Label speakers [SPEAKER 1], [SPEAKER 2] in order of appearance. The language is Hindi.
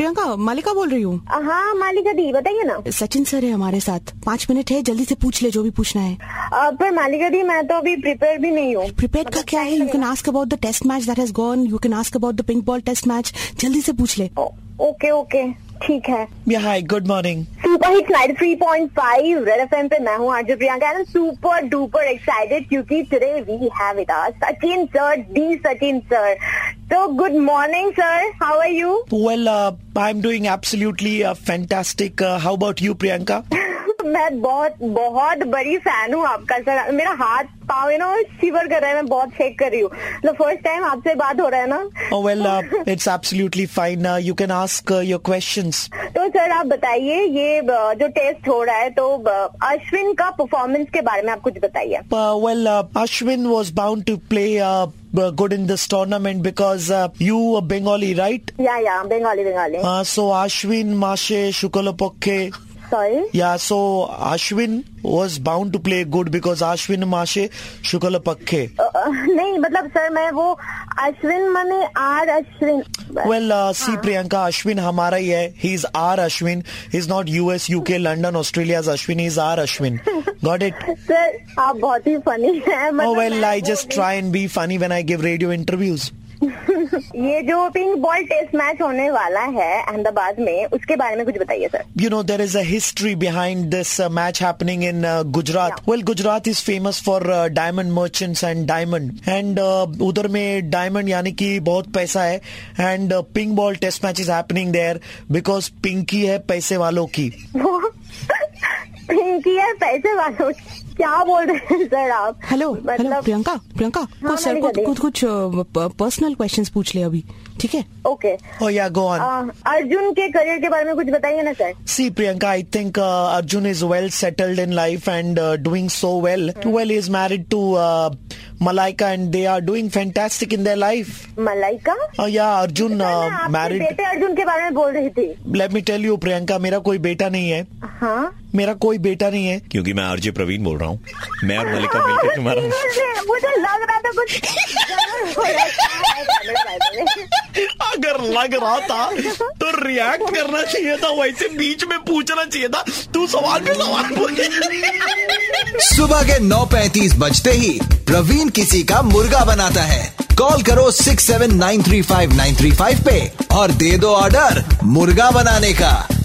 [SPEAKER 1] मालिका बोल रही हूँ
[SPEAKER 2] हाँ मालिका दी बताइए ना
[SPEAKER 1] सचिन सर है हमारे साथ पाँच मिनट है जल्दी से पूछ ले जो भी पूछना है
[SPEAKER 2] अ, पर मालिका दी मैं तो अभी प्रिपेयर भी नहीं हूँ
[SPEAKER 1] प्रिपेयर का क्या है you can ask about the test match that has gone you can ask about the pink ball test match जल्दी से पूछ ले
[SPEAKER 2] ओ- ओके ओके ठीक है
[SPEAKER 3] Yeah, hi, good morning.
[SPEAKER 2] Super hit night three point five red F M पे मैं हूँ Aarzoo Priyanka and super duper excited क्योंकि today we have with us Sachin sir the Sachin sir तो good morning sir how are you
[SPEAKER 3] Well, uh, I'm doing absolutely uh, fantastic. Uh, how about you, Priyanka?
[SPEAKER 2] मैं बहुत बहुत बड़ी फैन हूँ आपका सर मेरा हाथ पाव यू नो शिवर कर रहा है मैं बहुत शेक कर रही हूँ द फर्स्ट टाइम आपसे बात हो रहा है ना
[SPEAKER 3] Oh, well, uh, it's absolutely fine. Uh, you can ask uh, your questions.
[SPEAKER 2] तो सर आप बताइए ये अ, जो टेस्ट हो रहा है तो अ, अश्विन का परफॉर्मेंस के बारे में आप कुछ बताइए
[SPEAKER 3] Uh, well, uh, Ashwin was bound to play uh, b- good in this tournament because uh, you are Bengali, right?
[SPEAKER 2] या या Bengali Bengali
[SPEAKER 3] Uh, so Ashwin, Mashe, Shukalapokke.
[SPEAKER 2] Sorry
[SPEAKER 3] Yeah, so Ashwin was bound to play good because Ashwin, Mashe, Shukalapokke.
[SPEAKER 2] नहीं मतलब सर मैं वो अश्विन मने R Ashwin
[SPEAKER 3] well see Priyanka Ashwin हमारा ही है he is R Ashwin is not US UK London Australia Ashwin is R Ashwin got it
[SPEAKER 2] sir आप बहुत ही फनी है
[SPEAKER 3] Oh well,
[SPEAKER 2] मैं
[SPEAKER 3] I
[SPEAKER 2] वो
[SPEAKER 3] just try and be funny when I give radio interviews.
[SPEAKER 2] ये जो पिंक बॉल टेस्ट मैच होने वाला है अहमदाबाद में उसके बारे में कुछ बताइए sir
[SPEAKER 3] You know, there is a history behind this uh, match happening in uh, Gujarat.
[SPEAKER 2] Yeah.
[SPEAKER 3] Well, Gujarat is famous for uh, diamond merchants and diamond. And uh, उधर में diamond यानी कि बहुत पैसा है. And uh, ping ball test match is happening there because pinky है पैसे वालों की.
[SPEAKER 2] वो पिंकी है पैसे वालों की। क्या बोल रहे हैं सर आप
[SPEAKER 1] हेलो हेलो
[SPEAKER 2] मतलब
[SPEAKER 1] प्रियंका प्रियंका कुछ सर
[SPEAKER 2] मालिका
[SPEAKER 1] को
[SPEAKER 2] दी।
[SPEAKER 1] कुछ कुछ पर्सनल क्वेश्चंस पूछ ले अभी ठीक है
[SPEAKER 2] okay
[SPEAKER 3] Oh yeah, go on.
[SPEAKER 2] अ, अर्जुन के करियर के बारे में कुछ बताइए ना sir
[SPEAKER 3] See, Priyanka, I think uh, Arjun is well settled in life and uh, doing so well. Well, he is married to uh, Malaika and they are doing fantastic in their life.
[SPEAKER 2] Malaika
[SPEAKER 3] Uh, yeah, Arjun
[SPEAKER 2] sir, मैं
[SPEAKER 3] uh,
[SPEAKER 2] आपके
[SPEAKER 3] married.
[SPEAKER 2] बेटे अर्जुन के बारे में बोल रही थी
[SPEAKER 3] Let me tell you, Priyanka, मेरा कोई बेटा नहीं है
[SPEAKER 2] हाँ
[SPEAKER 3] मेरा कोई बेटा नहीं है
[SPEAKER 4] क्योंकि मैं आरजे प्रवीण बोल रहा हूँ मैं
[SPEAKER 3] हाँ,
[SPEAKER 4] और मलिका मिलकर तुम्हारा
[SPEAKER 2] सीरियसली, हाँ, मुझे लग रहा था कुछ गड़बड़ हो रहा है। क्या है भाई साहब?
[SPEAKER 3] अगर लग रहा था तो रिएक्ट करना चाहिए था वैसे बीच में पूछना चाहिए था तू सवाल पे सवाल पूछ
[SPEAKER 5] सुबह के 9:35 बजते ही प्रवीण किसी का मुर्गा बनाता है कॉल करो 6793593 पे और दे दो ऑर्डर मुर्गा बनाने का